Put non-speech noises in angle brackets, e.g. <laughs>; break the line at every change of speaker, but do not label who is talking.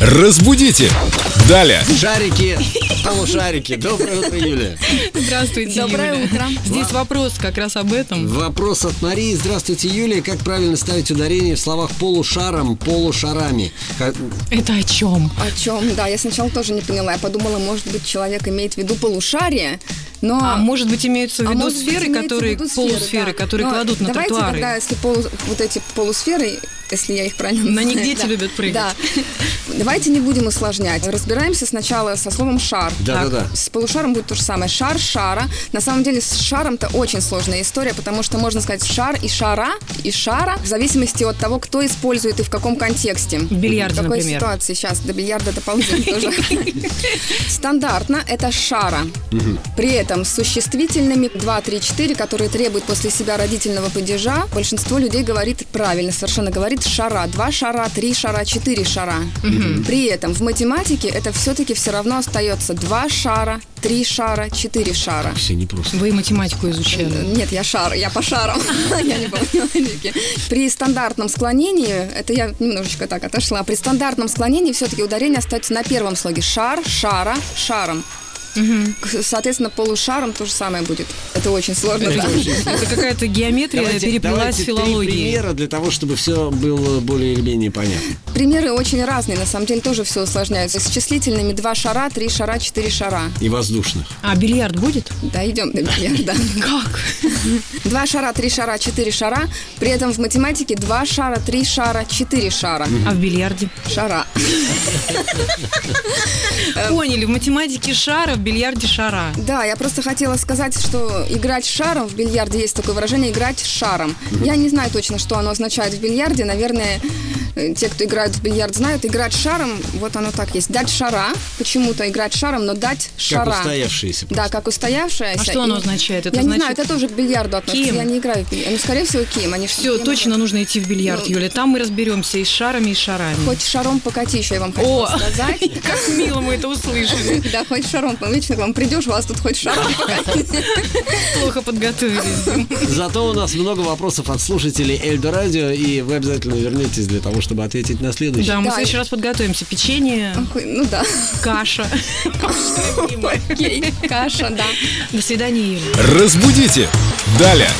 Разбудите! Далее!
Шарики,
<laughs>
полушарики. Доброе утро, Юлия.
Здравствуйте,
Доброе
Юля.
утро.
Здесь вопрос как раз об этом.
Вопрос от Марии. Здравствуйте, Юлия. Как правильно ставить ударение в словах полушаром, полушарами? Ха-
Это о чем?
О чем? Да, я сначала тоже не поняла. Я подумала, может быть, человек имеет в виду полушарие, но...
А может быть имеются в
А
виду
может быть,
сферы,
имеется в
которые
виду сферы,
полусферы,
да.
которые
Но
кладут на
давайте
тротуары.
тогда, если полу- вот эти полусферы, если я их правильно
На
называю,
них дети
да.
любят прыгать.
Да. Давайте не будем усложнять. Разбираемся сначала со словом «шар».
Да-да-да.
С полушаром будет то же самое. Шар, шара. На самом деле с шаром-то очень сложная история, потому что можно сказать шар и шара, и шара, в зависимости от того, кто использует и в каком контексте.
В бильярде,
В какой
например.
ситуации сейчас. До бильярда дополнительно тоже. Стандартно это шара. При этом с существительными 2, 3, 4, которые требуют после себя родительного падежа, большинство людей говорит правильно, совершенно говорит шара. Два шара, три шара, четыре шара. При этом в математике это все-таки все равно остается два шара, три шара, четыре шара.
Все непросто.
Вы математику изучали.
Нет, я шар, я по шарам. <laughs> Я не помню логики. При стандартном склонении, это я немножечко так отошла, при стандартном склонении все-таки ударение остается на первом слоге. Шар, шара, шаром. К- Соответственно, полушаром то же самое будет. Это очень сложно. да.
Это какая-то геометрия переплелась с
давайте три
филологией.
примера для того, чтобы все было более или менее понятно.
Примеры очень разные, на самом деле тоже все усложняются. С числительными два шара, три шара, четыре шара.
И воздушных.
А бильярд будет?
<laughs> Да, идем до бильярда.
Как?
Два шара, три шара, четыре шара. При этом в математике два шара, три шара, четыре шара.
А в бильярде?
Шара. Э,
Поняли, в математике шара, в бильярде шара.
Да, я просто хотела сказать, что играть шаром в бильярде есть такое выражение играть шаром. Я не знаю точно, что оно означает в бильярде. Наверное, э, те, кто играют в бильярд, знают. Играть шаром, вот оно так есть. Дать шара, почему-то играть шаром, но дать шара.
устоявшееся просто.
Да, как устоявшаяся.
А что оно означает? Это
я не знаю,
значит-
это тоже к бильярду относится.
Ким?
Я не играю в бильярд. Ну, скорее всего, ким. Они ж-
Все,
кем
точно нужно идти в бильярд,
Ну.
Юля. Там мы разберемся и с шарами, и с шарами.
это? Хоть шаром покати еще, я вам хочу
О!
сказать.
<laughs> Как мило мы это услышали.
Да, хоть шаром. Вечно к вам придешь, у вас тут хоть шаром
<laughs>
покати.
Плохо подготовились.
Зато у нас много вопросов от слушателей Эльдо Радио, и вы обязательно вернетесь для того, чтобы ответить на следующий.
Да, мы в
Да.
следующий раз подготовимся. Печенье,
Ну да.
каша.
Окей, каша, да.
До свидания, Юля.
Разбудите! Далее!